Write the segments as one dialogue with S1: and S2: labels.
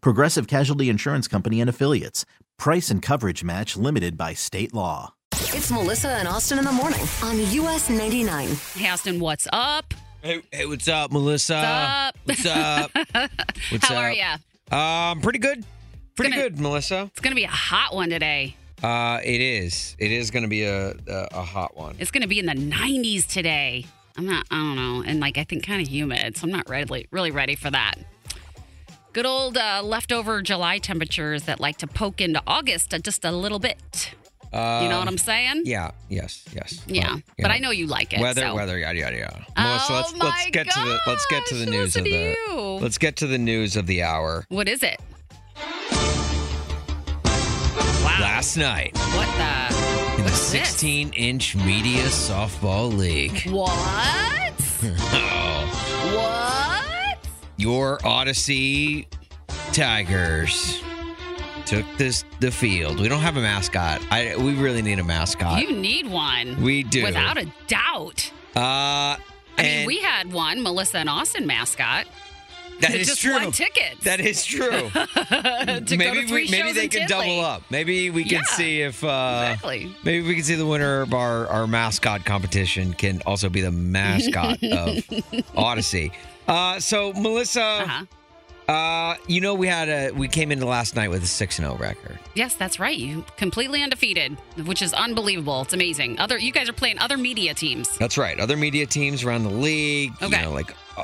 S1: Progressive Casualty Insurance Company and Affiliates. Price and coverage match limited by state law.
S2: It's Melissa and Austin in the morning on US 99.
S3: Hey, Austin, what's up?
S4: Hey, hey, what's up, Melissa?
S3: What's
S4: up? Uh, What's up? What's
S3: How are
S4: up?
S3: ya?
S4: Um, pretty good. Pretty
S3: Gonna-
S4: good, Melissa.
S3: It's going to be a hot one today.
S4: Uh, it is. It is going to be a, a a hot one.
S3: It's going to be in the 90s today. I'm not, I don't know. And like, I think kind of humid. So I'm not really, really ready for that. Good old uh, leftover July temperatures that like to poke into August uh, just a little bit.
S4: Uh,
S3: You know what I'm saying?
S4: Yeah. Yes. Yes.
S3: Yeah.
S4: Well,
S3: But I know you like it.
S4: Weather,
S3: so.
S4: weather, yada yada yada.
S3: Oh
S4: Melissa, let's
S3: my
S4: let's get to the let's get to the
S3: gosh,
S4: news
S3: listen
S4: of
S3: to
S4: the
S3: you.
S4: let's get to the news of the hour.
S3: What is it?
S4: Last night
S3: What the?
S4: in the
S3: What's this?
S4: 16-inch media softball league, Oh.
S3: What? what?
S4: your Odyssey Tigers took this the field. We don't have a mascot. I we really need a mascot.
S3: You need one.
S4: We do.
S3: Without a doubt.
S4: Uh,
S3: I mean,
S4: and
S3: we had one, Melissa and Austin mascot.
S4: that
S3: They
S4: is
S3: just
S4: true.
S3: won tickets.
S4: That is true.
S3: to go
S4: maybe
S3: to three
S4: we, maybe
S3: shows
S4: they
S3: in
S4: can
S3: Tinley.
S4: double up. Maybe we can
S3: Yeah.
S4: see if uh,
S3: Exactly.
S4: maybe we can see the winner of our our mascot competition can also be the mascot of Odyssey. Uh, so Melissa,
S3: Uh-huh.
S4: uh you know we had a we came into last night with a six and zero record.
S3: Yes, that's right. You completely undefeated, which is unbelievable. It's amazing. Other you guys are playing other media teams.
S4: That's right. Other media teams around the league,
S3: Okay.
S4: you know, like uh,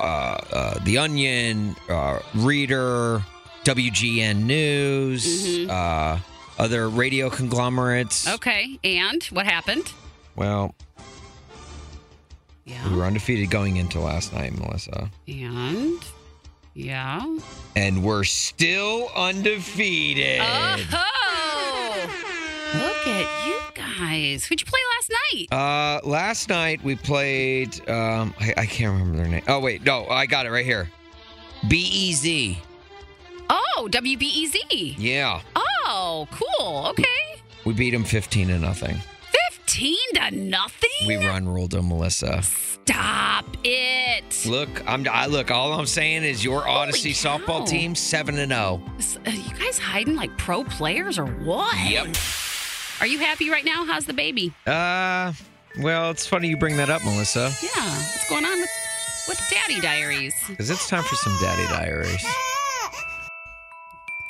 S4: uh, The Onion, uh, Reader, WGN News,
S3: Mm-hmm.
S4: uh, other radio conglomerates.
S3: Okay. And what happened?
S4: Well, we
S3: Yeah.
S4: were undefeated going into last night, Melissa.
S3: And yeah.
S4: And we're still undefeated.
S3: Uh-huh. Oh. Look at you guys. Who'd you play last night?
S4: Uh, last night we played. Um, I, I can't remember their name. Oh wait, no, I got it right here. E BEZ.
S3: Oh, WBEZ.
S4: Yeah,
S3: Oh, cool. Okay.
S4: we beat them fifteen to nothing.
S3: 15 to nothing?
S4: We run ruled them, Melissa.
S3: Stop it.
S4: Look, I'm I, look. All I'm saying is your Odyssey
S3: cow.
S4: softball team seven and oh. zero.
S3: S- Are you guys hiding like pro players or what?
S4: Yep.
S3: Are you happy right now? How's the baby?
S4: Uh, well, it's funny you bring that up, Melissa,
S3: Yeah. What's going on with, with Daddy Diaries?
S4: because it's time for some daddy diaries.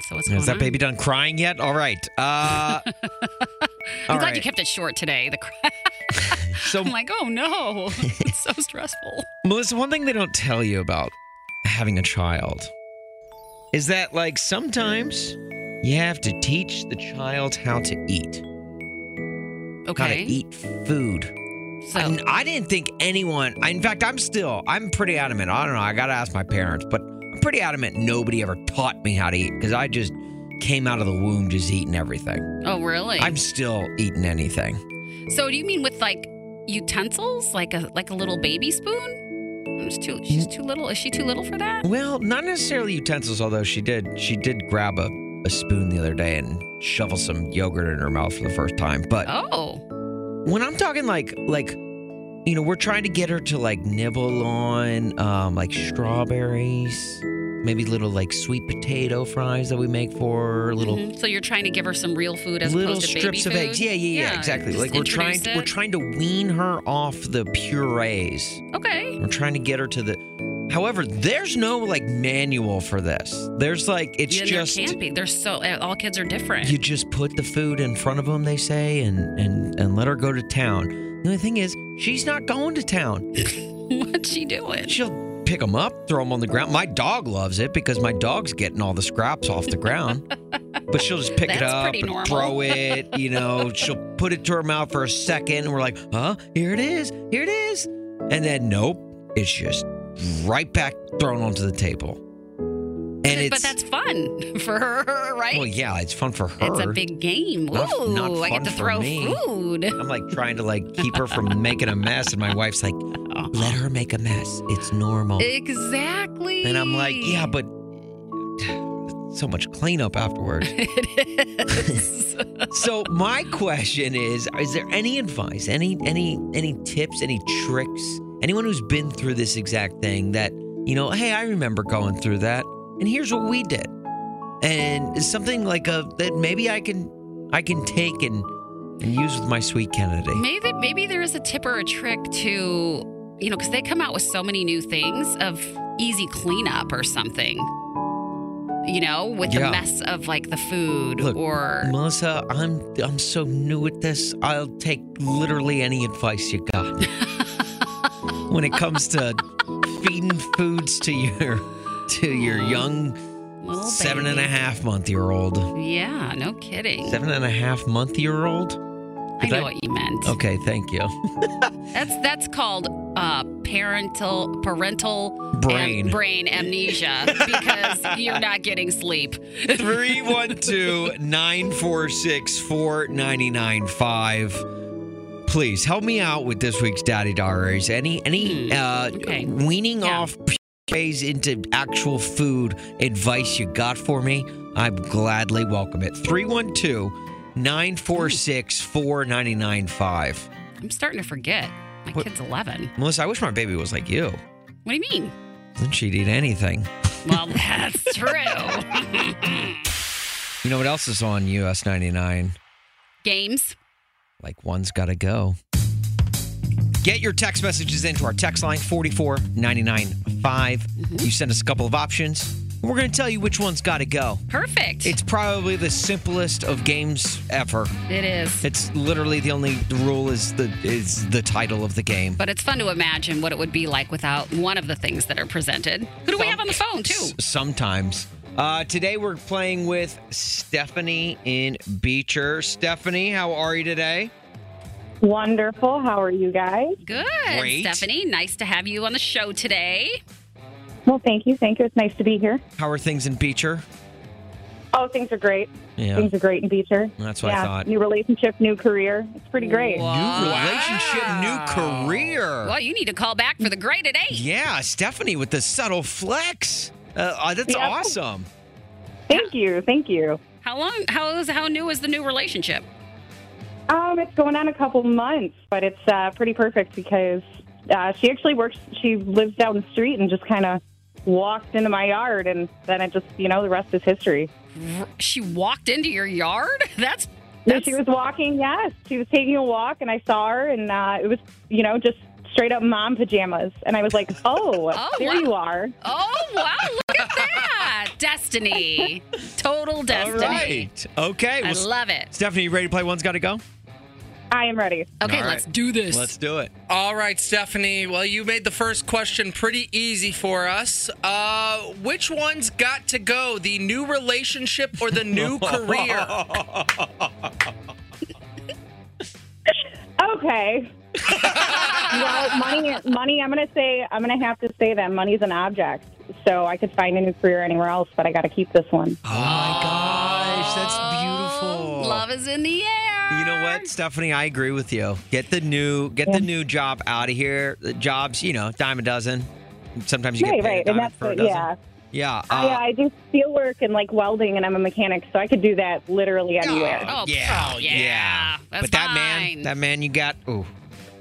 S3: So what's going
S4: Is that
S3: on?
S4: baby done crying yet? All right. Uh,
S3: I'm
S4: all
S3: glad you
S4: right.
S3: kept it short today. The cry-
S4: So,
S3: I'm like, oh no, it's so stressful.
S4: Melissa, one thing they don't tell you about having a child is that, like, sometimes you have to teach the child how to eat, how to
S3: Okay.
S4: eat food.
S3: So
S4: And I didn't think anyone. I- In fact, I'm still. I'm pretty adamant. I don't know. I gotta ask my parents, but I'm pretty adamant. Nobody ever taught me how to eat because I just came out of the womb just eating everything.
S3: oh really?
S4: I'm still eating anything.
S3: so do you mean with like utensils, like a like a little baby spoon? It's too, she's too little. Is she too little for that?
S4: Well, not necessarily utensils, although she did. She did grab a, a spoon the other day and shovel some yogurt in her mouth for the first time. But
S3: Oh,
S4: when I'm talking like like you know, we're trying to get her to like nibble on um like strawberries, maybe little like sweet potato fries that we make for her, little
S3: Mhm. so you're trying to give her some real food as
S4: little
S3: opposed to
S4: strips
S3: baby
S4: of eggs.
S3: food?
S4: Yeah, yeah, yeah, exactly.
S3: just
S4: Like we're trying
S3: introduce
S4: we're
S3: it.
S4: trying to wean her off the purees.
S3: Okay.
S4: We're trying to get her to the However, there's no like manual for this. There's like it's
S3: Yeah,
S4: just
S3: there can't be. There's so eh, all kids are different.
S4: you just put the food in front of them. They say and and and let her go to town. The thing is, she's not going to town.
S3: What's she doing?
S4: She'll pick them up, throw them on the ground. My dog loves it because my dog's getting all the scraps off the ground. But she'll just pick it
S3: That's
S4: up
S3: pretty
S4: and
S3: normal.
S4: throw it, you know, she'll put it to her mouth for a second and we're like, huh, here it is, here it is. And then nope, it's just right back thrown onto the table. And it's
S3: but that's fun for her, right?
S4: well, yeah, it's fun for her.
S3: It's a big game.
S4: Not-
S3: Ooh,
S4: not
S3: I get
S4: fun
S3: to
S4: for
S3: throw
S4: me.
S3: food.
S4: I'm like trying to like keep her from making a mess, and my wife's like,
S3: Oh.
S4: "Let her make a mess. It's normal."
S3: Exactly.
S4: And I'm like, "Yeah, but so much cleanup afterwards."
S3: It is.
S4: so my question is: Is there any advice, any any any tips, any tricks? Anyone who's been through this exact thing that you know, hey, I remember going through that, and here's what we did, and it's something like a that maybe I can I can take and and use with my sweet Kennedy.
S3: maybe maybe there is a tip or a trick to you know because they come out with so many new things of easy cleanup or something. You know, with
S4: Yeah.
S3: the mess of like the food
S4: Look,
S3: or
S4: Melissa, I'm I'm so new at this. I'll take literally any advice you got when it comes to feeding foods to your to your young
S3: little
S4: seven and a
S3: baby.
S4: half month year old.
S3: Yeah, no kidding.
S4: Seven and a half month year old?
S3: I
S4: did
S3: know
S4: I-
S3: what you meant.
S4: Okay, thank you.
S3: That's that's called uh, parental parental am-
S4: Brain.
S3: brain amnesia because you're not getting sleep.
S4: 312-946-4995. Please help me out with this week's Daddy Diaries. Any any
S3: Hmm,
S4: uh
S3: okay.
S4: weaning
S3: Yeah.
S4: off purees into actual food advice you got for me? I'd gladly welcome it. 312-946-4995.
S3: I'm starting to forget. My
S4: What-
S3: kid's 11.
S4: Melissa, I wish my baby was like you.
S3: What do you mean?
S4: Then she'd eat anything.
S3: Well, that's true.
S4: You know what else is on US 99?
S3: Games.
S4: Like one's got to go. Get your text messages into our text line 44995. You send us a couple of options, and we're going to tell you which one's got to go.
S3: Perfect.
S4: It's probably the simplest of games ever.
S3: it is.
S4: It's literally the only rule is the is the title of the game.
S3: But it's fun to imagine what it would be like without one of the things that are presented. Who do we have on the phone, too?
S4: S- sometimes. Uh, today we're playing with Stephanie in Beecher. Stephanie, how are you today?
S5: Wonderful. How are you guys?
S3: Good.
S4: Great.
S3: Stephanie, nice to have you on the show today.
S5: Well, thank you. Thank you. It's nice to be here.
S4: How are things in Beecher?
S5: Oh, things are great.
S4: Yeah.
S5: Things are great in Beecher.
S4: That's what I
S5: yeah.
S4: thought.
S5: New relationship, new career. It's pretty great.
S3: Wow.
S4: New relationship, new career.
S3: Well, you need to call back for the grade at eight.
S4: Yeah, Stephanie with the subtle flex. Uh, Uh, that's
S5: Yeah.
S4: awesome.
S5: Thank you. Thank you.
S3: How long? How is how new is the new relationship?
S5: Um, it's going on a couple months, but it's uh, pretty perfect because uh, she actually works. She lives down the street and just kind of walked into my yard, and then it just you know the rest is history.
S3: R- She walked into your yard. That's
S5: Yeah,
S3: that's
S5: she was walking. Yes, she was taking a walk, and I saw her, and uh, it was you know just straight up mom pajamas, and I was like, oh,
S3: Oh,
S5: there
S3: wow.
S5: you are.
S3: oh wow! Look at that, destiny, total
S4: All
S3: destiny.
S4: right. Okay.
S3: I
S4: Well,
S3: love it.
S4: Stephanie, you ready to play One's Gotta Go?
S5: I am ready.
S3: Okay,
S4: All right.
S3: let's do this.
S4: Let's do it.
S6: All right, Stephanie. Well, you made the first question pretty easy for us. Uh, which one's got to go? The new relationship or the new career?
S5: Okay. well, money, money. I'm gonna say, I'm gonna have to say that money's an object. So I could find a new career anywhere else, but I got to keep this one.
S4: Oh, my gosh. That's
S3: Oh,
S4: beautiful.
S3: Love is in the air.
S4: You know what, Stephanie? I agree with you. Get the new get the new job out of here. The jobs, you know, dime a dozen. Sometimes you
S5: right,
S4: get paid a
S5: right,
S4: dime
S5: and that's
S4: for a
S5: what,
S4: dozen.
S5: yeah.
S4: Yeah. Uh,
S5: I, I do steel work and like welding, and I'm a mechanic, so I could do that literally anywhere.
S3: Oh,
S4: yeah,
S3: oh, yeah. That's
S4: but that man, Oh.
S3: fine.
S4: that man, you got. Ooh,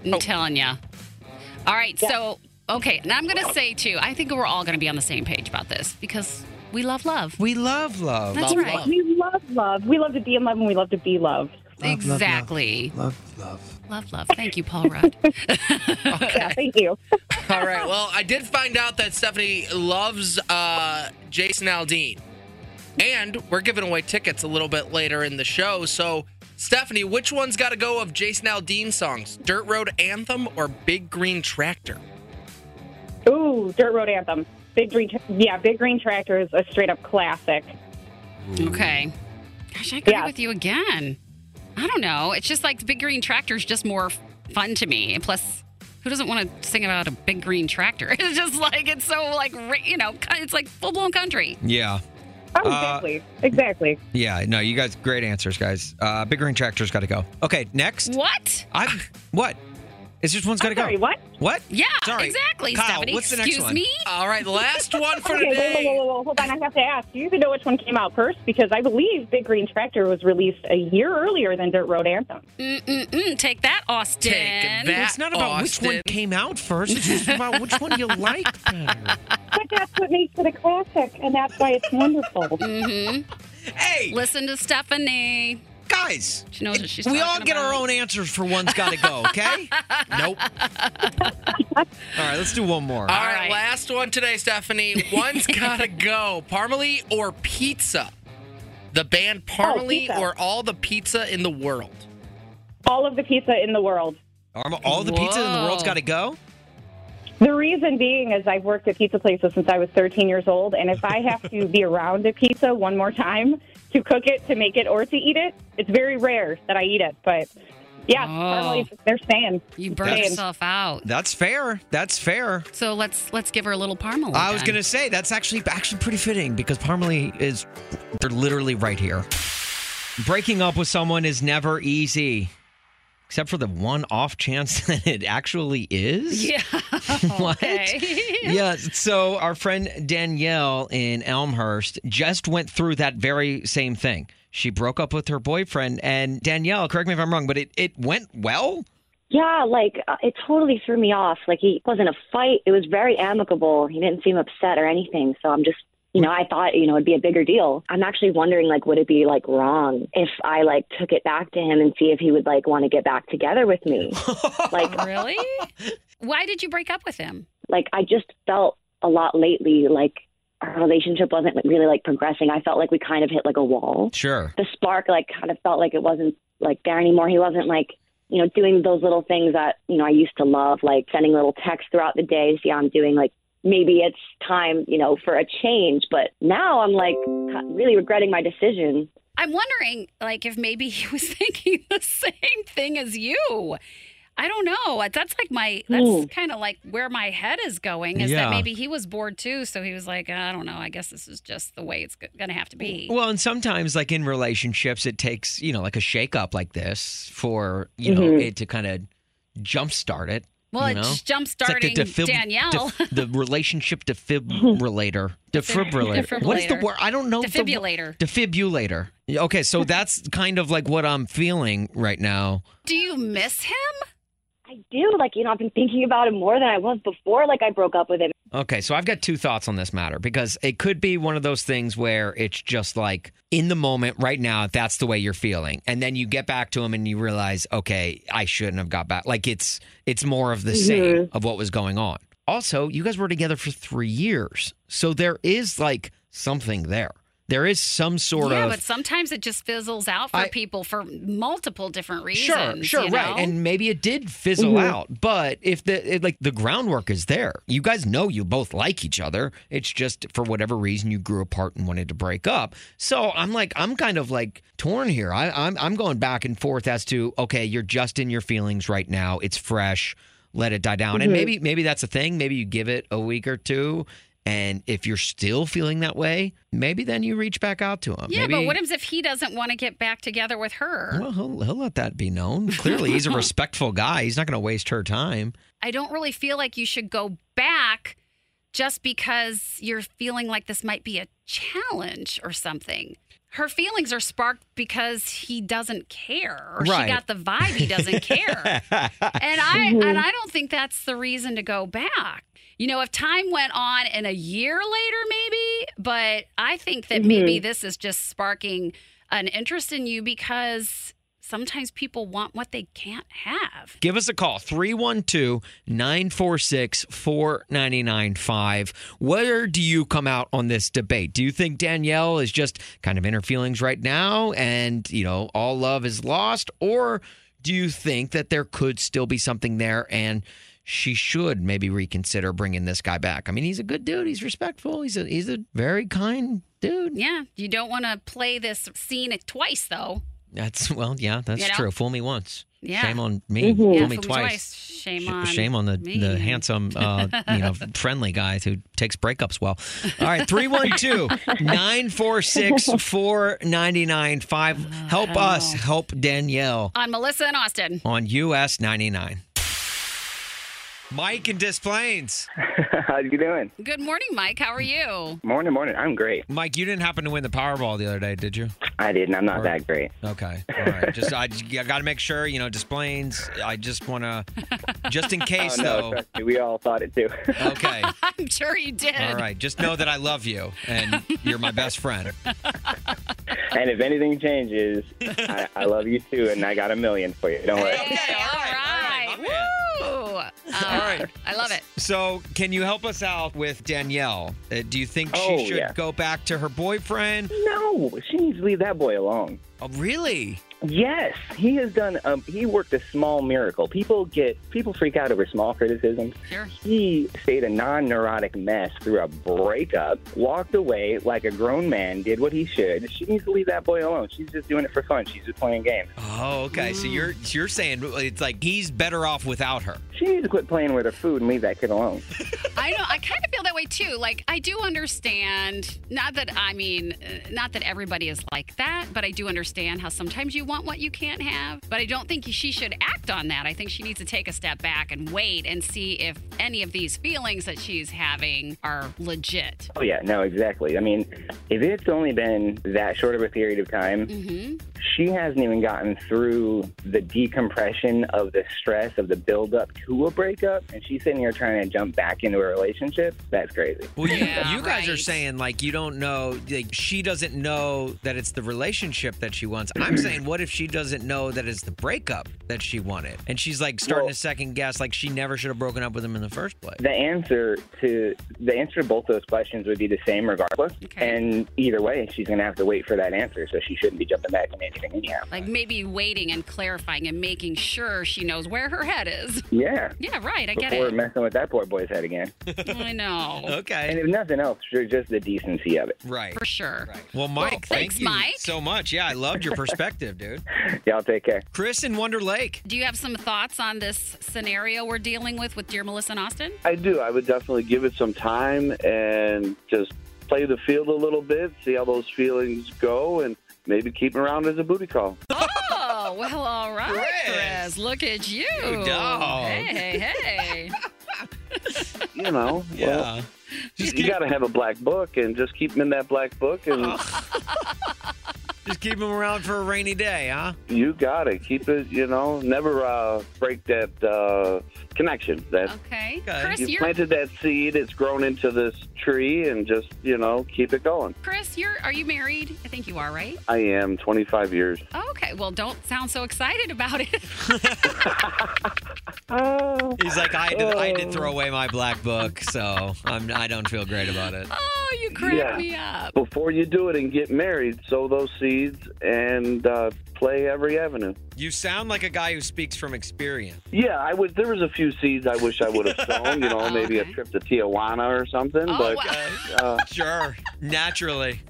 S3: I'm telling you. All right, so okay, now I'm gonna say too. I think we're all gonna be on the same page about this because we love love.
S4: we love love.
S3: That's right.
S5: We love love. We love to be in love, and we love to be loved.
S3: exactly. Love, love, love, love, Thank you, Paul Rudd.
S5: Yeah, thank you.
S6: All right. Well, I did find out that Stephanie loves uh, Jason Aldean. And we're giving away tickets a little bit later in the show. So, Stephanie, which one's got to go of Jason Aldean songs? Dirt Road Anthem or Big Green Tractor?
S5: Ooh, Dirt Road Anthem. Big Green, yeah, Big Green Tractor is a straight up classic.
S3: Okay. Gosh, I agree
S5: Yeah.
S3: with you again. I don't know. It's just like the big green tractor is just more f- fun to me. And plus, who doesn't want to sing about a big green tractor? It's just like, it's so like, ra- you know, cu- it's like full blown country.
S4: Yeah. Uh,
S5: Oh, exactly, exactly.
S4: Yeah. No, you guys, great answers, guys. Uh, Big Green Tractor's got to go. Okay, next.
S3: What?
S4: I'm, what? It's just one's got to
S5: I'm
S4: go.
S5: sorry, what?
S4: What?
S3: Yeah,
S4: Sorry.
S3: exactly,
S4: Kyle,
S3: Stephanie.
S4: what's the next
S3: Excuse
S4: one?
S3: me?
S6: All right. Last one for
S5: Okay, whoa, whoa,
S6: today.
S5: whoa, whoa, hold on. I have to ask. Do you even know which one came out first? Because I believe Big Green Tractor was released a year earlier than Dirt Road Anthem.
S3: Mm-mm-mm. Take that, Austin.
S6: Take that.
S7: It's not about which one
S6: Austin.
S7: came out first. It's just about which one you like better.
S5: But that's what makes it a classic, and that's why it's wonderful.
S3: Mm-hmm.
S4: Hey,
S3: Listen to Stephanie.
S4: guys.
S3: She knows what she's
S7: we all
S3: talking
S7: get our
S3: about.
S7: own answers for one's got to go, okay?
S4: Nope. All right, let's do one more.
S6: All right.
S3: right.
S6: Last one today, Stephanie. One's got to go. Parmalee or pizza? The band Parmalee
S5: Oh, pizza.
S6: or all the pizza in the world?
S5: All of the pizza in the world.
S4: Arma- all the pizza in the
S3: Whoa.
S4: world's got to go.
S5: The reason being is I've worked at pizza places since I was 13 years old, and if I have to be around a pizza one more time to cook it, to make it, or to eat it, it's very rare that I eat it. But yeah,
S3: Oh.
S5: Parmalee's- they're staying.
S3: You burn
S5: That's-
S3: yourself out.
S4: That's fair. That's fair.
S3: So let's let's give her a little parmalee.
S4: I was
S3: then.
S4: gonna say that's actually
S7: Actually, pretty fitting because Parmalee is
S4: they're literally right here. Breaking up with someone is never easy, except for the one off chance that it actually is.
S3: Yeah.
S4: What?
S3: Okay.
S4: yeah. So our friend Danielle in Elmhurst just went through that very same thing. She broke up with her boyfriend, and Danielle, correct me if I'm wrong, but it, it went well.
S8: Yeah, like uh, it totally threw me off. Like he it wasn't a fight. It was very amicable. He didn't seem upset or anything. So I'm just, you know, I thought, you know, it'd be a bigger deal. I'm actually wondering, like, would it be like wrong if I like took it back to him and see if he would like want to get back together with me? like,
S3: really? Why did you break up with him?
S8: like I just felt a lot lately, like our relationship wasn't like, really like progressing. I felt like we kind of hit like a wall.
S4: Sure.
S8: the spark like kind of felt like it wasn't like there anymore. He wasn't like you know doing those little things that you know I used to love, like sending little texts throughout the day. See, how I'm doing like maybe it's time you know for a change. But now I'm like ca- really regretting my decision.
S3: I'm wondering, like, if maybe he was thinking the same thing as you. I don't know. That's like my. That's
S8: Hmm.
S3: kind of like where my head is going. Is
S4: Yeah.
S3: that maybe he was bored too? So he was like, I don't know. I guess this is just the way it's go- gonna have to be.
S4: Well, and sometimes, like in relationships, it takes you know like a shakeup like this for you know
S8: Mhm.
S4: it to kind of jumpstart it.
S3: Mm-hmm. Well,
S4: you know?
S3: it's jump
S4: It's like the
S3: starting Danielle.
S4: def- the relationship defibrillator. Defibrillator. What is the
S3: Defibrillator.
S4: word? I don't know. the wo-
S3: Defibrillator.
S4: Defibrillator. Yeah, Okay, so that's kind of like what I'm feeling right now.
S3: Do you miss him?
S8: I do like you know I've been thinking about it more than I was before. Like I broke up with him.
S4: Okay, so I've got two thoughts on this matter because it could be one of those things where it's just like in the moment right now, that's the way you're feeling. And then you get back to him and you realize, okay, I shouldn't have got back. Like it's it's more of the
S3: Mm-hmm.
S4: same of what was going on. Also, you guys were together for three years. So there is like something there. There is some sort
S3: yeah,
S4: of
S3: but sometimes it just fizzles out for
S4: I-
S3: people for multiple different
S4: Sure,
S3: reasons.
S4: sure,
S3: you
S4: right.
S3: know?
S4: And maybe it did fizzle out, but if the it, like the groundwork is there, you guys know you both like each other. It's just for whatever reason you grew apart and wanted to break up. So I'm like I'm kind of like torn here. I, I'm I'm going back and forth as to okay, you're just in your feelings right now. It's fresh. Let it die down. And maybe maybe that's a thing. Maybe you give it a week or two. And if you're still feeling that way, maybe then you reach back out to him.
S3: yeah,
S4: maybe,
S3: but what if he doesn't want to get back together with her?
S4: well, he'll, he'll let that be known. Clearly, he's a respectful guy. He's not going to waste her time.
S3: I don't really feel like you should go back just because you're feeling like this might be a challenge or something. Her feelings are sparked because he doesn't care, or
S4: Right.
S3: she got the vibe he doesn't care. and I
S4: Mm-hmm.
S3: and I don't think that's the reason to go back. You know, if time went on and a year later, maybe,
S4: Mm-hmm.
S3: but I think that maybe this is just sparking an interest in you because sometimes people want what they can't have.
S4: Give us a call, 312 946 4995. Where do you come out on this debate? Do you think Danielle is just kind of in her feelings right now and, you know, all love is lost? Or do you think that there could still be something there and she should maybe reconsider bringing this guy back? I mean, he's a good dude. He's respectful. He's a, he's a very kind dude.
S3: Yeah, you don't want to play this scene twice though.
S4: That's, well, yeah, that's
S3: You know?
S4: true. Fool me once.
S3: Yeah.
S4: Shame on me. Mm-hmm. Fool
S3: Yeah,
S4: me
S3: fool
S4: twice.
S3: Shame
S4: Sh-
S3: on
S4: shame on the,
S3: me.
S4: the handsome, uh, you know, friendly guy who takes breakups well. All right, 312 946 4995. Help us help Danielle
S3: on Melissa and Austin.
S4: on US 99. Mike in Des Plaines.
S9: How you doing?
S3: Good morning, Mike. How are you?
S9: Morning, morning. I'm great.
S4: Mike, you didn't happen to win the Powerball the other day, did you?
S9: I didn't. I'm not
S4: Or-
S9: that great.
S4: Okay. All right. Just I, got to make sure, you know, Des Plaines. I just want to, just in case,
S9: oh, no,
S4: though.
S9: trust me, we all thought it too.
S4: Okay.
S3: I'm sure you did.
S4: All right. Just know that I love you and you're my best friend.
S9: and if anything changes, I, I love you too, and I got a million for you. Don't worry.
S3: Hey, all right. Woo! Uh,
S4: right.
S3: I love it.
S4: So, can you help us out with Danielle? Uh, do you think she
S9: Oh,
S4: should
S9: yeah.
S4: go back to her boyfriend?
S9: No, she needs to leave that boy alone.
S4: Oh, really?
S9: Yes, he has done. Um, he worked a small miracle. People get people freak out over small criticisms.
S3: Sure.
S9: He stayed a non-neurotic mess through a breakup, walked away like a grown man, did what he should. She needs to leave that boy alone. She's just doing it for fun. She's just playing games.
S4: Oh, okay. So you're you're saying it's like he's better off without her.
S9: She needs to quit playing with her food and leave that kid alone.
S3: I know. I kind of feel that way too. Like I do understand. Not that I mean, uh, not that everybody is like that, but I do understand how sometimes you want what you can't have. But I don't think she should act on that. I think she needs to take a step back and wait and see if any of these feelings that she's having are legit.
S9: Oh yeah, no, exactly. I mean, if it's only been that short of a period of time,
S3: Mm-hmm.
S9: she hasn't even gotten through the decompression of the stress of the buildup to a breakup, and she's sitting here trying to jump back into a relationship. That's crazy.
S4: Well, you,
S3: Yeah,
S4: you guys are
S3: right.
S4: saying like you don't know, like she doesn't know that it's the relationship that she wants. I'm saying, what if she doesn't know that it's the breakup that she wanted, and she's like starting
S9: Well-
S4: to second guess, like she never should have broken up with him in the first place.
S9: The answer to the answer to both those questions would be the same regardless,
S3: Okay.
S9: and either way, she's going to have to wait for that answer. So she shouldn't be jumping back into anything anyhow.
S3: Like maybe waiting and clarifying and making sure she knows where her head is.
S9: Yeah.
S3: Yeah, right. I get
S9: Before
S3: it.
S9: messing with that poor boy's head again.
S3: I know.
S9: And
S4: Okay.
S9: if nothing else, sure, just the decency of it.
S4: Right.
S3: For sure.
S4: Well, Mike,
S3: Well,
S4: thank
S3: thanks,
S4: you
S3: Mike.
S4: so much. Yeah, I loved your perspective, dude.
S9: Y'all take care.
S4: Chris in Wonder Lake.
S3: Do you have some thoughts on this scenario we're dealing with with Dear Melissa and Austin?
S10: I do. I would definitely give it some time and just play the field a little bit, see how those feelings go, and maybe keep 'em around as a booty call.
S3: Oh, well, all right,
S4: Chris.
S3: Chris. Look at you.
S4: You dog.
S3: Hey, hey.
S10: You know, well,
S4: Just
S10: you
S4: keep,
S10: got to have a black book and just keep 'em in that black book, and
S4: just keep him around for a rainy day, huh?
S10: you got to keep it. You know, never uh, break that uh, connection. That
S3: Okay.
S4: Okay.
S3: Chris,
S10: you
S3: you're
S10: planted that seed, it's grown into this tree, and just you know, keep it going.
S3: Chris, you're are you married? I think you are, right?
S10: I am 25 years.
S3: Okay. Well, don't sound so excited about it.
S9: Oh.
S4: He's like, I had to, I had to throw away my black book, so I'm, I don't feel great about it.
S3: Oh, you crack
S10: Yeah.
S3: me up.
S10: Before you do it and get married, sow those seeds and uh, play every avenue.
S4: You sound like a guy who speaks from experience.
S10: Yeah, I was. There was a few seeds I wish I would have sown. You know, maybe
S3: Oh, Okay.
S10: a trip to Tijuana or something.
S3: Oh,
S10: but
S3: wow.
S10: uh,
S4: Sure, naturally.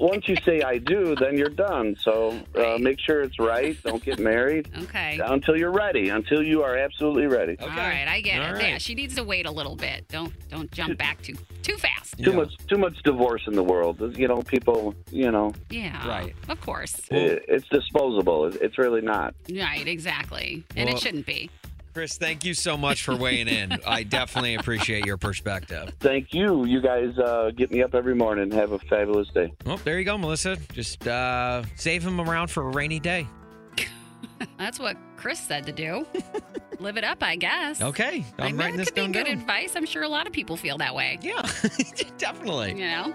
S10: once you say I do, then you're done. So uh,
S3: Right.
S10: make sure it's right. Don't get married
S3: Okay.
S10: until you're ready. Until you are absolutely ready.
S4: Okay.
S3: All right, I get
S4: All
S3: it.
S4: right.
S3: Yeah, she needs to wait a little bit. Don't don't jump back too too fast.
S4: Yeah.
S10: Too much, too much divorce in the world. You know, people. You know,
S3: Yeah.
S4: Right.
S3: Of course.
S10: it, it's disposable. It- It's really not.
S3: Right, exactly. And
S4: Well-
S3: it shouldn't be.
S4: Chris, thank you so much for weighing in. I definitely appreciate your perspective.
S10: Thank you. You guys uh, get me up every morning. Have a fabulous day.
S4: Well, Oh, there you go, Melissa. Just uh, save him around for a rainy day.
S3: That's what Chris said to do. Live it up, I guess.
S4: Okay,
S3: I
S4: I'm
S3: mean,
S4: writing
S3: that
S4: this
S3: could be
S4: down.
S3: good
S4: down.
S3: advice. I'm sure a lot of people feel that way.
S4: Yeah, definitely.
S3: You know?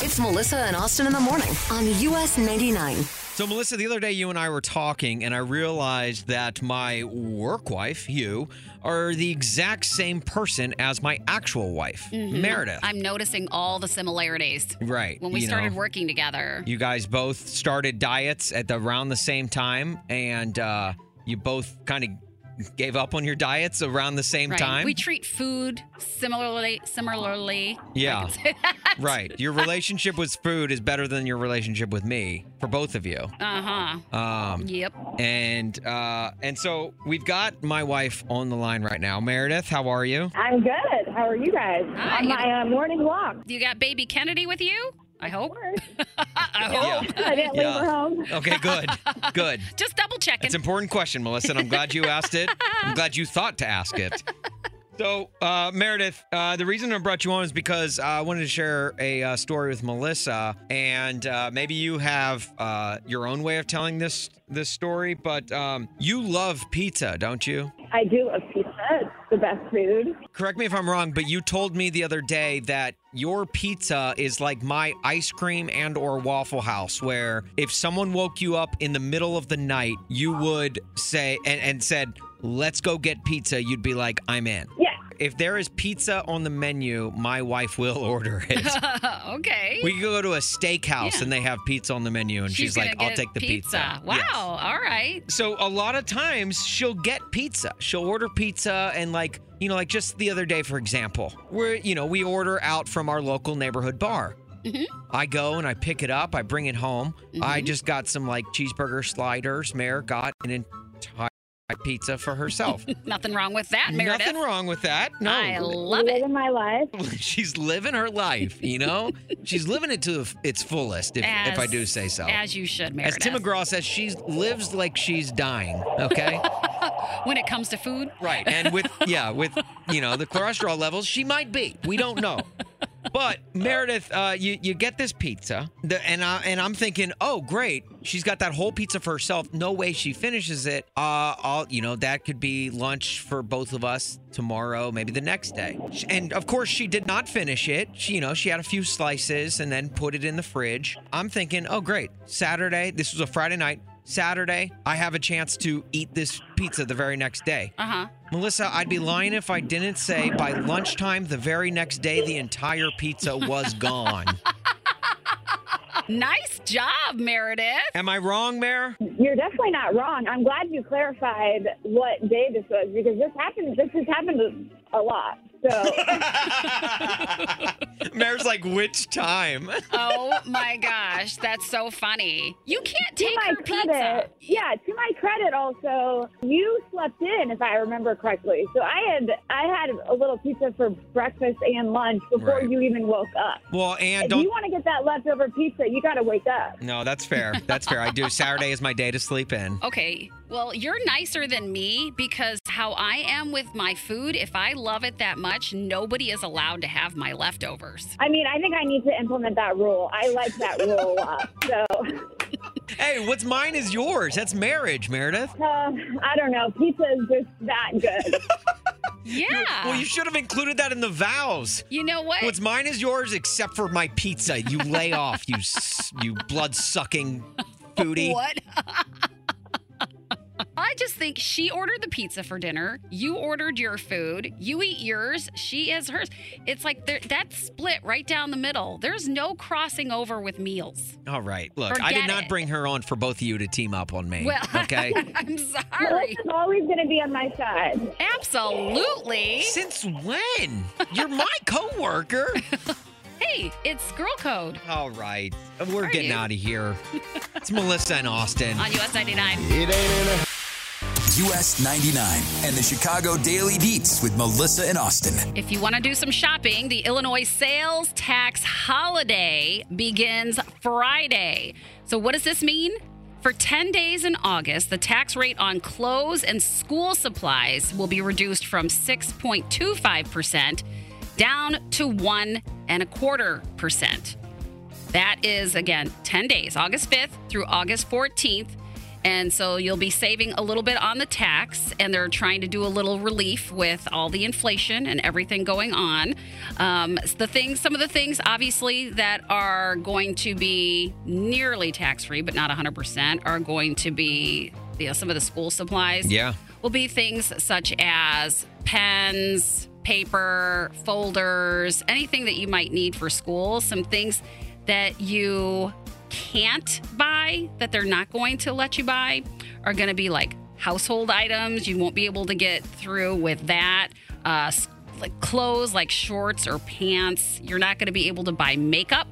S2: It's Melissa and Austin in the morning on US 99.
S4: So, Melissa, the other day you and I were talking, and I realized that my work wife, you, are the exact same person as my actual wife,
S3: Mhm.
S4: Mm-hmm. Meredith.
S3: I'm noticing all the similarities
S4: right.
S3: when we
S4: you know.
S3: started working together.
S4: You guys both started diets at the, around the same time, and uh, you both kind of gave up on your diets around the same
S3: Right.
S4: time.
S3: We treat food similarly. Similarly,
S4: yeah,
S3: Say that.
S4: right. Your relationship with food is better than your relationship with me for both of you.
S3: Uh huh.
S4: Um,
S3: Yep.
S4: And uh, and so we've got my wife on the line right now. Meredith, how are you?
S11: I'm good. How are you guys?
S3: Hi.
S11: On my uh, morning walk.
S3: You got baby Kennedy with you? I hope.
S11: I didn't leave her home.
S4: Okay, good, good.
S3: Just double checking.
S4: It's an important question, Melissa. And I'm glad you asked it. I'm glad you thought to ask it. So, uh, Meredith, uh, the reason I brought you on is because uh, I wanted to share a uh, story with Melissa, and uh, maybe you have uh, your own way of telling this this story. But um, you love pizza, don't you?
S11: I do love pizza. It's the best food.
S4: Correct me if I'm wrong, but you told me the other day that your pizza is like my ice cream and or waffle house where if someone woke you up in the middle of the night, you would say and, and said, "Let's go get pizza." You'd be like, "I'm in."
S11: Yeah.
S4: If there is pizza on the menu, my wife will order it.
S3: okay.
S4: we could go to a steakhouse and they have pizza on the menu and she's,
S3: gonna
S4: like, "I'll
S3: get
S4: take the pizza."
S3: Wow.
S4: Yes.
S3: All right.
S4: So a lot of times she'll get pizza. She'll order pizza and like, you know, like just the other day for example, where you know, we order out from our local neighborhood bar.
S3: Mhm.
S4: I go and I pick it up, I bring it home.
S3: Mm-hmm.
S4: I just got some like cheeseburger sliders. Mare got an entire pizza for herself.
S3: Nothing wrong with that, Meredith.
S4: Nothing wrong with that. No.
S3: I love it.
S11: In my life.
S4: She's living her life, you know? She's living it to its fullest, if, if I
S3: As-
S4: do say so.
S3: As you should,
S4: As
S3: Meredith.
S4: Tim McGraw says, she lives like she's dying, okay?
S3: when it comes to food,
S4: Right. And with, yeah, with, you know, the cholesterol levels, she might be. We don't know. But Meredith, uh, you, you get this pizza, the, and, I, and I'm thinking, oh, great. She's got that whole pizza for herself. No way she finishes it. Uh, I'll, you know, that could be lunch for both of us tomorrow, maybe the next day. Sh- And of course, she did not finish it. She, you know, she had a few slices and then put it in the fridge. I'm thinking, oh, great. Saturday, this was a Friday night. Saturday, I have a chance to eat this pizza the very next day.
S3: Uh huh.
S4: Melissa, I'd be lying if I didn't say by lunchtime the very next day the entire pizza was gone.
S3: Nice job, Meredith.
S4: Am I wrong, Mayor?
S11: You're definitely not wrong. I'm glad you clarified what day this was because this happens. This has happened a lot.
S4: Mare's like, which time?
S3: Oh my gosh, that's so funny. You can't
S11: To
S3: take
S11: my
S3: her
S11: credit, Yeah, to my credit, also, you slept in, if I remember correctly. So I had I had a little pizza for breakfast and lunch before
S4: Right.
S11: you even woke up.
S4: Well, and
S11: if
S4: don't.
S11: you want to get that leftover pizza, you got to wake up.
S4: No, that's fair. That's fair. I do. Saturday is my day to sleep in.
S3: Okay, well, you're nicer than me because how I am with my food, if I love it that much, nobody is allowed to have my leftovers.
S11: I mean, I think I need to implement that rule. I like that rule a lot. So
S4: Hey, what's mine is yours. That's marriage, Meredith.
S11: um, I don't know. Pizza is just that good.
S3: Yeah.
S4: Well, you should have included that in the vows.
S3: You know what?
S4: What's mine is yours, except for my pizza. You lay off, you s- you blood sucking foodie.
S3: What? I just think she ordered the pizza for dinner. You ordered your food. You eat yours. She has hers. It's like there, that split right down the middle. There's no crossing over with meals.
S4: All right, look, I
S3: Forget
S4: did not
S3: it.
S4: bring her on for both of you to team up on me.
S3: Well,
S4: okay.
S3: I'm sorry.
S11: Melissa's always going to be on my side.
S3: Absolutely.
S4: Since when? You're my coworker.
S3: Hey, it's girl code
S4: All right, we're
S3: Are
S4: getting
S3: you?
S4: out of here. It's Melissa and Austin.
S3: on US 99.
S12: US 99 and the Chicago Daily Beats with Melissa and Austin.
S3: If you want to do some shopping, the Illinois sales tax holiday begins Friday. So, what does this mean? For 10 days in August, the tax rate on clothes and school supplies will be reduced from 6.25% down to 1.25%. That is, again, 10 days, August 5th through August 14th. And so you'll be saving a little bit on the tax, and they're trying to do a little relief with all the inflation and everything going on. Um, the things, some of the things, obviously, that are going to be nearly tax free, but not 100%, are going to be you know, some of the school supplies
S4: Yeah.
S3: will be things such as pens, paper, folders, anything that you might need for school, some things that you can't buy that they're not going to let you buy are going to be like household items you won't be able to get through with that uh s- like clothes like shorts or pants you're not going to be able to buy makeup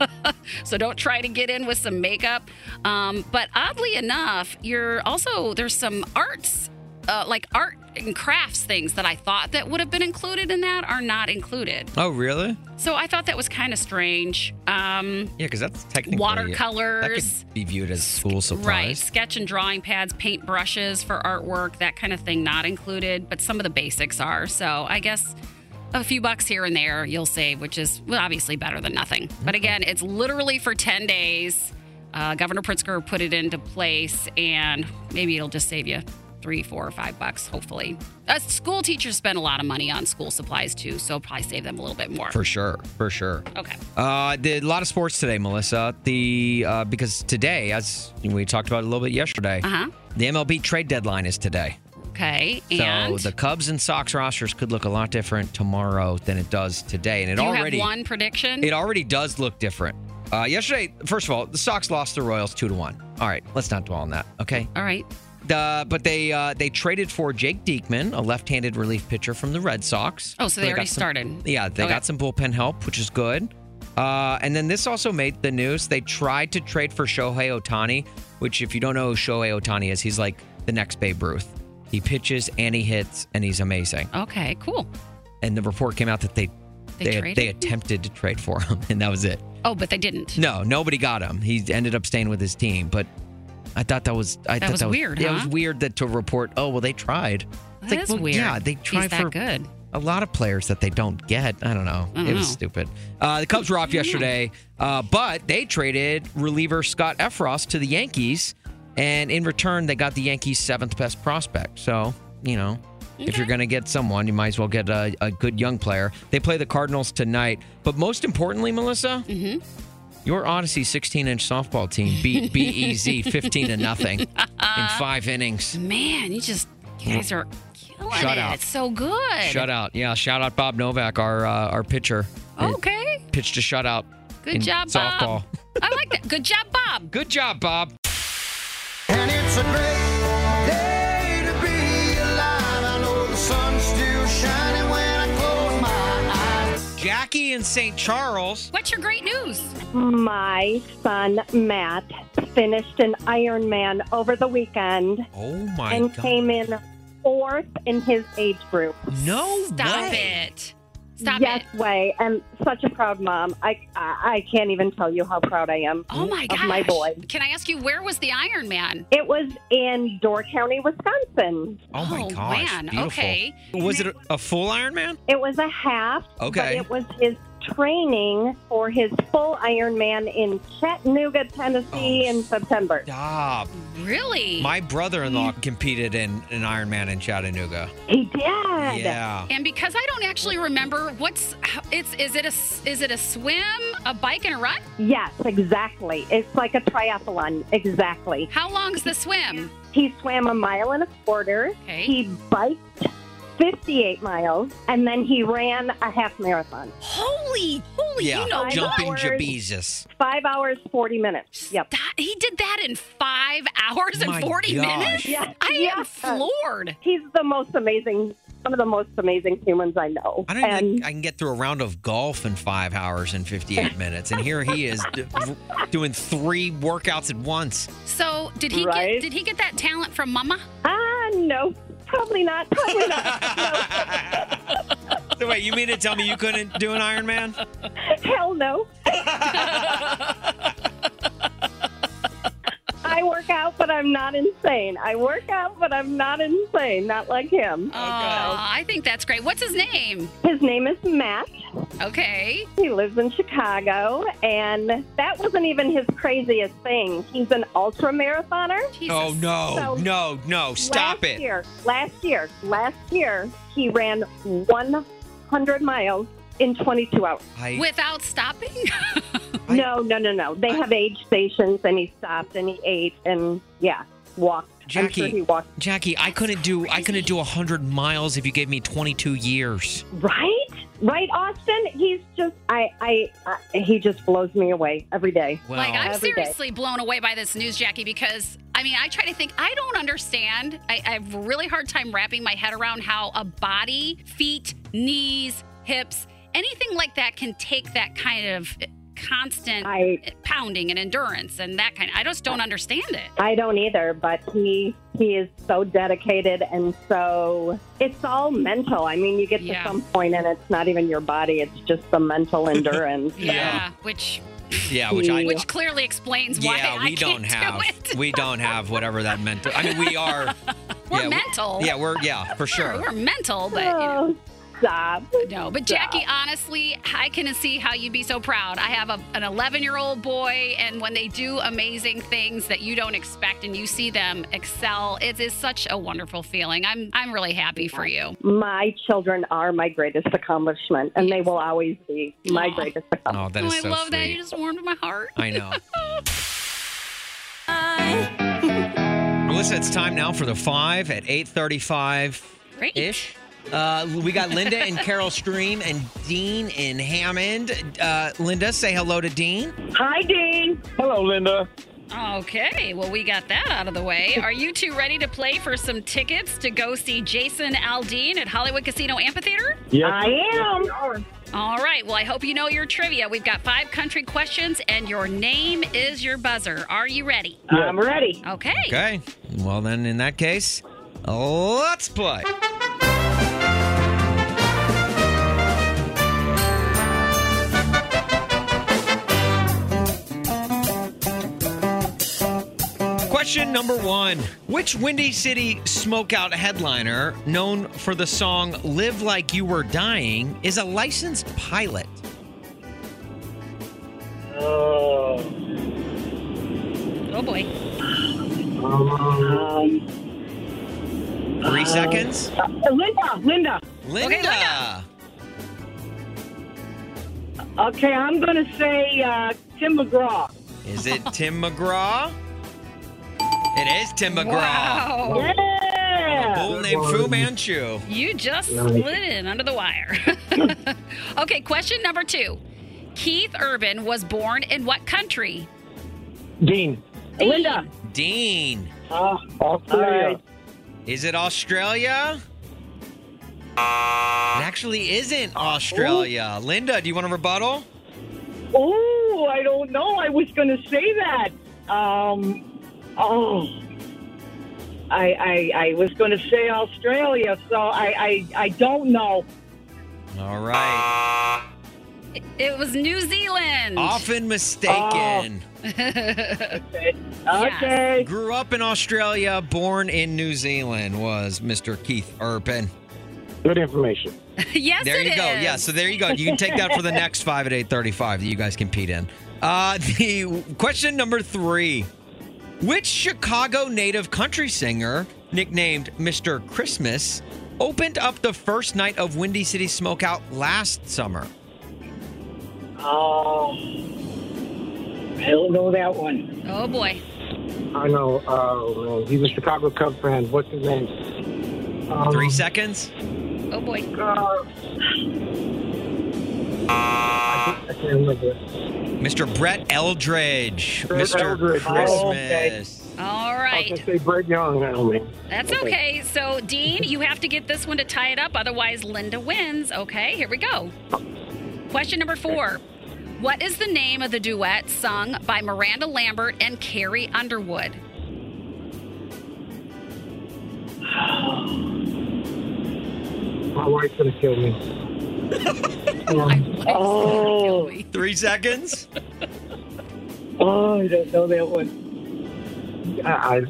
S3: so don't try to get in with some makeup. Um, but oddly enough, you're also there's some arts, uh, like art and crafts things that I thought that would have been included in that are not included.
S4: Oh, really?
S3: So I thought that was kind of strange. Um,
S4: Yeah, because that's technically
S3: Watercolors.
S4: That could be viewed as school supplies.
S3: Right, sketch and drawing pads, paint brushes for artwork, that kind of thing not included, but some of the basics are. So I guess a few bucks here and there you'll save, which is well, obviously better than nothing. But again, it's literally for 10 days. Uh, Governor Pritzker put it into place, and maybe it'll just save you three, four, or five bucks, hopefully. Uh, school teachers spend a lot of money on school supplies too, so probably save them a little bit more.
S4: For sure, for sure.
S3: Okay.
S4: Uh, the, a lot of sports today, Melissa. The uh, because today, as we talked about a little bit yesterday,
S3: Uh-huh.
S4: the MLB trade deadline is today.
S3: Okay. And
S4: so the Cubs and Sox rosters could look a lot different tomorrow than it does today, and it
S3: do you
S4: already
S3: have one prediction?
S4: it already does look different. Uh, yesterday, first of all, the Sox lost to the Royals two to one. All right, let's not dwell on that. Okay.
S3: All right.
S4: Uh, but they uh, they traded for Jake Diekman, a left-handed relief pitcher from the Red Sox.
S3: Oh, so they
S4: got
S3: already
S4: some-
S3: started.
S4: Yeah, they
S3: Okay.
S4: got some bullpen help, which is good. Uh, and then this also made the news. They tried to trade for Shohei Otani, which, if you don't know who Shohei Otani is, he's like the next Babe Ruth. He pitches and he hits, and he's amazing.
S3: Okay, cool.
S4: And the report came out that they
S3: They
S4: they,
S3: traded
S4: they
S3: him?
S4: attempted to trade for him, and that was it.
S3: Oh, but they didn't.
S4: No, nobody got him. He ended up staying with his team, but I thought that was I
S3: That
S4: thought
S3: was weird,
S4: Yeah, it
S3: huh?
S4: was weird that to report. Oh well, they tried. It's
S3: That is weird.
S4: Yeah, they
S3: He's
S4: try
S3: that
S4: for
S3: good.
S4: A lot of players that they don't get. I don't know.
S3: I don't
S4: it was
S3: know.
S4: stupid. Uh, the Cubs were off yesterday, uh, but they traded reliever Scott Efros to the Yankees, and in return they got the Yankees' seventh best prospect. So you know. If you're going to get someone, you might as well get a, a good young player. They play the Cardinals tonight. But most importantly, Melissa, your Odyssey 16 inch softball team beat BEZ 15 to nothing in five innings.
S3: Man, you just you guys are killing
S4: Shut
S3: it.
S4: out.
S3: It's so good.
S4: Shut out. Yeah, shout out Bob Novak, our uh, our pitcher.
S3: Okay.
S4: Pitched a shutout.
S3: Good
S4: in
S3: job, Bob.
S4: softball.
S3: I like that. Good job, Bob.
S4: Good job, Bob.
S13: And it's a great day to be alive. I know the sun's still shining when I close
S4: Jackie in St. Charles.
S3: What's your great news?
S14: My son Matt finished an Ironman over the weekend
S4: Oh my
S14: and
S4: God.
S14: came in fourth in his age group.
S4: No
S3: Stop
S4: way.
S3: it. Stop
S14: yes
S3: it.
S14: way. I'm such a proud mom. I, I I can't even tell you how proud I am
S3: Oh my
S14: of
S3: gosh.
S14: my boy.
S3: Can I ask you where was the Iron Man?
S14: It was in Door County, Wisconsin.
S4: Oh my
S3: Oh,
S4: gosh.
S3: man.
S4: Beautiful.
S3: Okay.
S4: Was it a, a full Iron Man?
S14: It was a half.
S4: Okay.
S14: But it was his training for his full Ironman in Chattanooga, Tennessee in September.
S4: Oh, Stop.
S3: Really?
S4: My brother-in-law competed in an Iron Man in Chattanooga.
S14: He did. Yeah.
S3: And because I don't actually remember what's how- it's is it a s- is it a swim, a bike and a run?
S14: Yes, exactly. It's like a triathlon. Exactly.
S3: How long's the swim?
S14: He swam a mile and a quarter.
S3: Okay.
S14: He biked 58 miles and then he ran a half marathon.
S3: Holy holy
S4: yeah.
S3: you know
S4: Jumping
S3: what?
S4: Jabezus.
S14: 5 hours 40 minutes. Yep.
S3: That- he did that in 5 hours and
S4: My
S3: 40
S4: gosh.
S3: minutes?
S14: Yeah.
S3: I am
S14: Yes.
S3: floored.
S14: He's the most amazing one of the most amazing humans I know.
S4: I don't even
S14: and
S4: think I can get through a round of golf in five hours and 58 minutes. And here he is d- doing three workouts at once.
S3: So, did he
S14: Right?
S3: get did he get that talent from mama?
S14: ah no, probably not. Probably not.
S4: So wait, you mean to tell me you couldn't do an Iron Man?
S14: Hell no. I work out, but I'm not insane. I work out, but I'm not insane. Not like him.
S3: Oh, I think that's great. What's his name?
S14: His name is Matt.
S3: Okay.
S14: He lives in Chicago, and that wasn't even his craziest thing. He's an ultra marathoner.
S4: Oh no,
S14: So
S4: no, no! Stop
S14: last
S4: it!
S14: Year, last year, last year, he ran 100 miles in 22 hours.
S4: I, Oh.
S3: Without stopping?
S14: no, no, no, no. They have age stations, and he stopped and he ate and yeah, walked. I'm sure
S4: Jackie,
S14: he walked.
S4: Jackie, I couldn't do I couldn't do hundred miles if you gave me twenty two years.
S14: Right, right, Austin. He's just I, I, I he just blows me away every day.
S4: Wow.
S3: Like I'm
S14: Every day.
S3: seriously blown away by this news, Jackie, because I mean, I try to think, I don't understand. I, I have a really hard time wrapping my head around how a body, feet, knees, hips, anything like that can take that kind of constant
S14: I-
S3: pounding and endurance and that kind. I just don't understand it.
S14: I don't either, but he he is so dedicated and so it's all mental. I mean, you get
S3: Yeah.
S14: to some point and it's not even your body; it's just the mental endurance.
S3: Yeah, which
S4: Yeah, which I
S3: which clearly explains why
S4: yeah
S3: I
S4: we don't
S3: can't
S4: have
S3: do it.
S4: we don't have whatever that meant. I mean, we are
S3: We're
S4: yeah, we-
S3: mental.
S4: yeah, we're yeah for sure.
S3: We're mental, but you know.
S14: Oh, stop.
S3: No, but Jackie, honestly, I can see how you'd be so proud. I have a, an 11 year old boy, and when they do amazing things that you don't expect and you see them excel, it is such a wonderful feeling. I'm I'm really happy for you.
S14: My children are my greatest accomplishment, and they will always be my
S3: Aw.
S14: greatest accomplishment.
S4: Oh, that
S3: oh,
S4: is
S3: I
S4: so
S3: love that. You
S4: sweet.
S3: just warmed my heart.
S4: I know. Melissa, it's time now for the five at eight thirty-five
S3: Great.
S4: ish. Uh, we got Linda and Carol Stream and Dean in Hammond. Uh, Linda, say hello to Dean.
S14: Hi, Dean.
S10: Hello, Linda.
S3: Okay, well, we got that out of the way. Are you two ready to play for some tickets to go see Jason Aldean at Hollywood Casino Amphitheater?
S10: Yes.
S14: I am.
S3: All right. Well, I hope you know your trivia. We've got five country questions, and your name is your buzzer. Are you ready?
S14: I'm ready.
S3: Okay.
S4: Okay. Well, then, in that case, let's play. Question number one Which Windy City smokeout headliner, known for the song Live Like You Were Dying, is a licensed pilot?
S10: Oh.
S3: Oh, boy.
S10: Um,
S4: Three seconds.
S14: Uh, Linda, Linda.
S4: Linda.
S14: Okay, I'm going to say uh, Tim McGraw.
S4: Is it Tim McGraw? It is Tim McGraw.
S3: Wow.
S4: A bull named Fu Manchu.
S3: You just slid in under the wire. okay, question number two. Keith Urban was born in what country?
S10: Dean.
S3: Linda.
S4: Dean.
S10: Uh, Australia.
S4: Is it Australia? That actually isn't Australia. Linda, do you want a rebuttal?
S15: Oh, I don't know. I was going to say that. Um, oh, I, I, I was going to say Australia, so I, I, I don't know.
S4: All right.
S3: It, it was New Zealand.
S4: Often mistaken.
S10: Uh,
S3: okay.
S4: Grew up in Australia, born in New Zealand was Mr. Keith Urban.
S16: Good information.
S3: yes,
S4: There
S3: it
S4: you go.
S3: is.
S4: Yeah, so there you go. You can take that for the next five at eight thirty-five that you guys compete in. Uh, the question number three: Which Chicago native country singer, nicknamed Mr. Christmas, opened up the first night of Windy City Smokeout last summer?
S15: Oh, I don't know that one.
S3: Oh, boy.
S16: I know. Uh, man, he's a Chicago Cubs fan. What's his name? Um, uh,
S4: Three seconds.
S3: Oh, boy.
S16: I can't remember.
S4: Mr. Brett Eldridge.
S16: Brett
S4: Mr.
S16: Eldridge.
S4: Christmas.
S16: Oh, okay.
S3: All
S16: I was
S3: right.
S16: gonna say Brett Young. I don't mean.
S3: That's okay. So, Dean, you have to get this one to tie it up. Otherwise, Linda wins. Okay, here we go. Question number four What is the name of the duet sung by Miranda Lambert and Carrie Underwood?
S16: My wife's gonna kill me.
S15: Um,
S3: oh.
S4: Three seconds.
S15: oh, I don't know that one.
S16: I,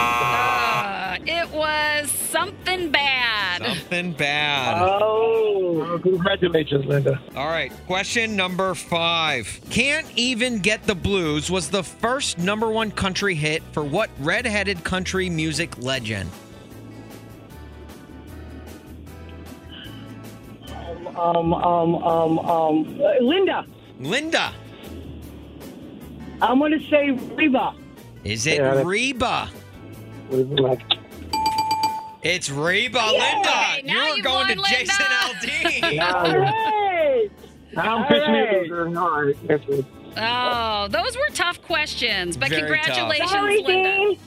S3: Uh, it was something bad.
S4: Something bad.
S16: Oh, congratulations, Linda.
S4: All right, question number five. Can't Even Get the Blues was the first number one country hit for what redheaded country music legend?
S15: Um, um, um, um, uh, Linda,
S4: Linda,
S15: I'm going to say Reba.
S4: is it
S15: Yeah, that's-
S4: Reba? It's Reba.
S15: Yay!
S4: Linda, you're going to Jason LD.
S15: Hooray!
S16: I'm
S3: All
S16: pitching
S3: right.
S16: it loser. All right, that's it.
S3: Oh, those were tough questions, but
S16: Very tough.
S3: congratulations,
S16: Sorry,
S3: Linda.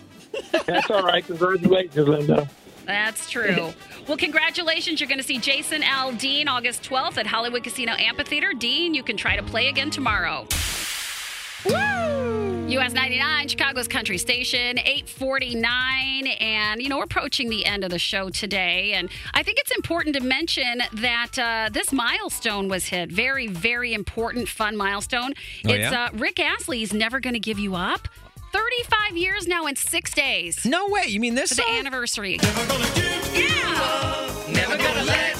S16: That's all right. Congratulations, Linda.
S3: That's true. well, congratulations. You're going to see Jason L. Dean August 12th at Hollywood Casino Amphitheater. Dean, you can try to play again tomorrow. US 99, Chicago's country station, 849. And, you know, we're approaching the end of the show today. And I think it's important to mention that uh, this milestone was hit. Very, very important, fun milestone.
S17: Oh,
S3: it's
S17: yeah?
S3: uh, Rick Astley's Never Gonna Give You Up. 35 years now in six days.
S4: No way. You mean this
S3: For the anniversary.
S6: Never gonna let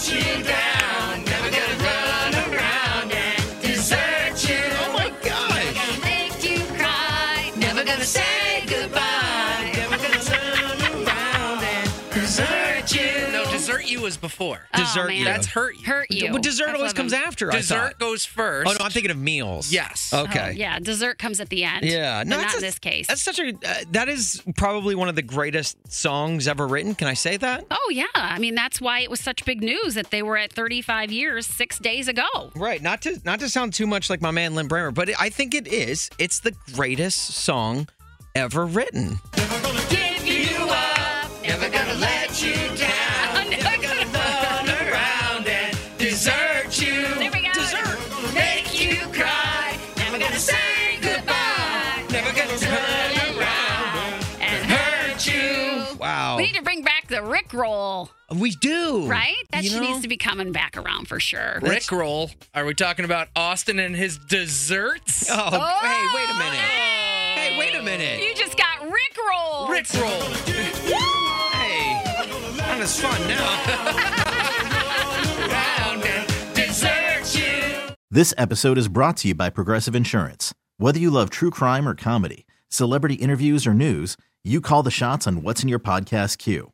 S6: you down. Never gonna run around and desert you. Oh my gosh.
S17: gonna make you cry. Never gonna say goodbye. Never gonna turn around and desert you.
S6: No, desert you is before.
S4: Dessert you.
S6: That's hurt you.
S3: Oh, Hurt you.
S4: But dessert
S3: That's
S4: always
S3: what
S4: comes
S3: I'm-
S4: after. I
S6: Dessert
S4: thought.
S6: goes first.
S4: Oh no, I'm thinking of meals.
S6: Yes.
S4: Okay.
S3: Oh, yeah, dessert comes at the end.
S4: Yeah,
S3: but
S4: no,
S3: not
S4: that's
S3: in
S4: a-
S3: this case.
S4: That's such a. Uh, that is probably one of the greatest songs ever written. Can I say that?
S3: Oh yeah, I mean that's why it was such big news that they were at 35 years six days ago.
S4: Right. Not to not to sound too much like my man Lynn Bramer, but I think it is. It's the greatest song ever written.
S17: Give you up. Never gonna let you down. Never gonna run around and desert you.
S3: There we go.
S17: Desert. Make you cry. Never gonna say goodbye. Never gonna turn around and hurt you.
S4: Wow.
S3: We need to bring back the Rick roll,
S4: We do.
S3: right? That
S6: You
S3: shit
S6: know?
S3: needs to be coming back around for sure.
S6: Rick roll. Are we talking about Austin and his desserts?
S4: Oh, hey, wait a minute.
S3: Hey,
S4: wait a minute.
S3: You just got Rick roll.
S6: Rick roll.
S4: Hey, that was fun now.
S17: Round and desert you.
S1: This episode is brought to you by Progressive Insurance. Whether you love true crime or comedy, celebrity interviews or news, you call the shots on what's in your podcast queue.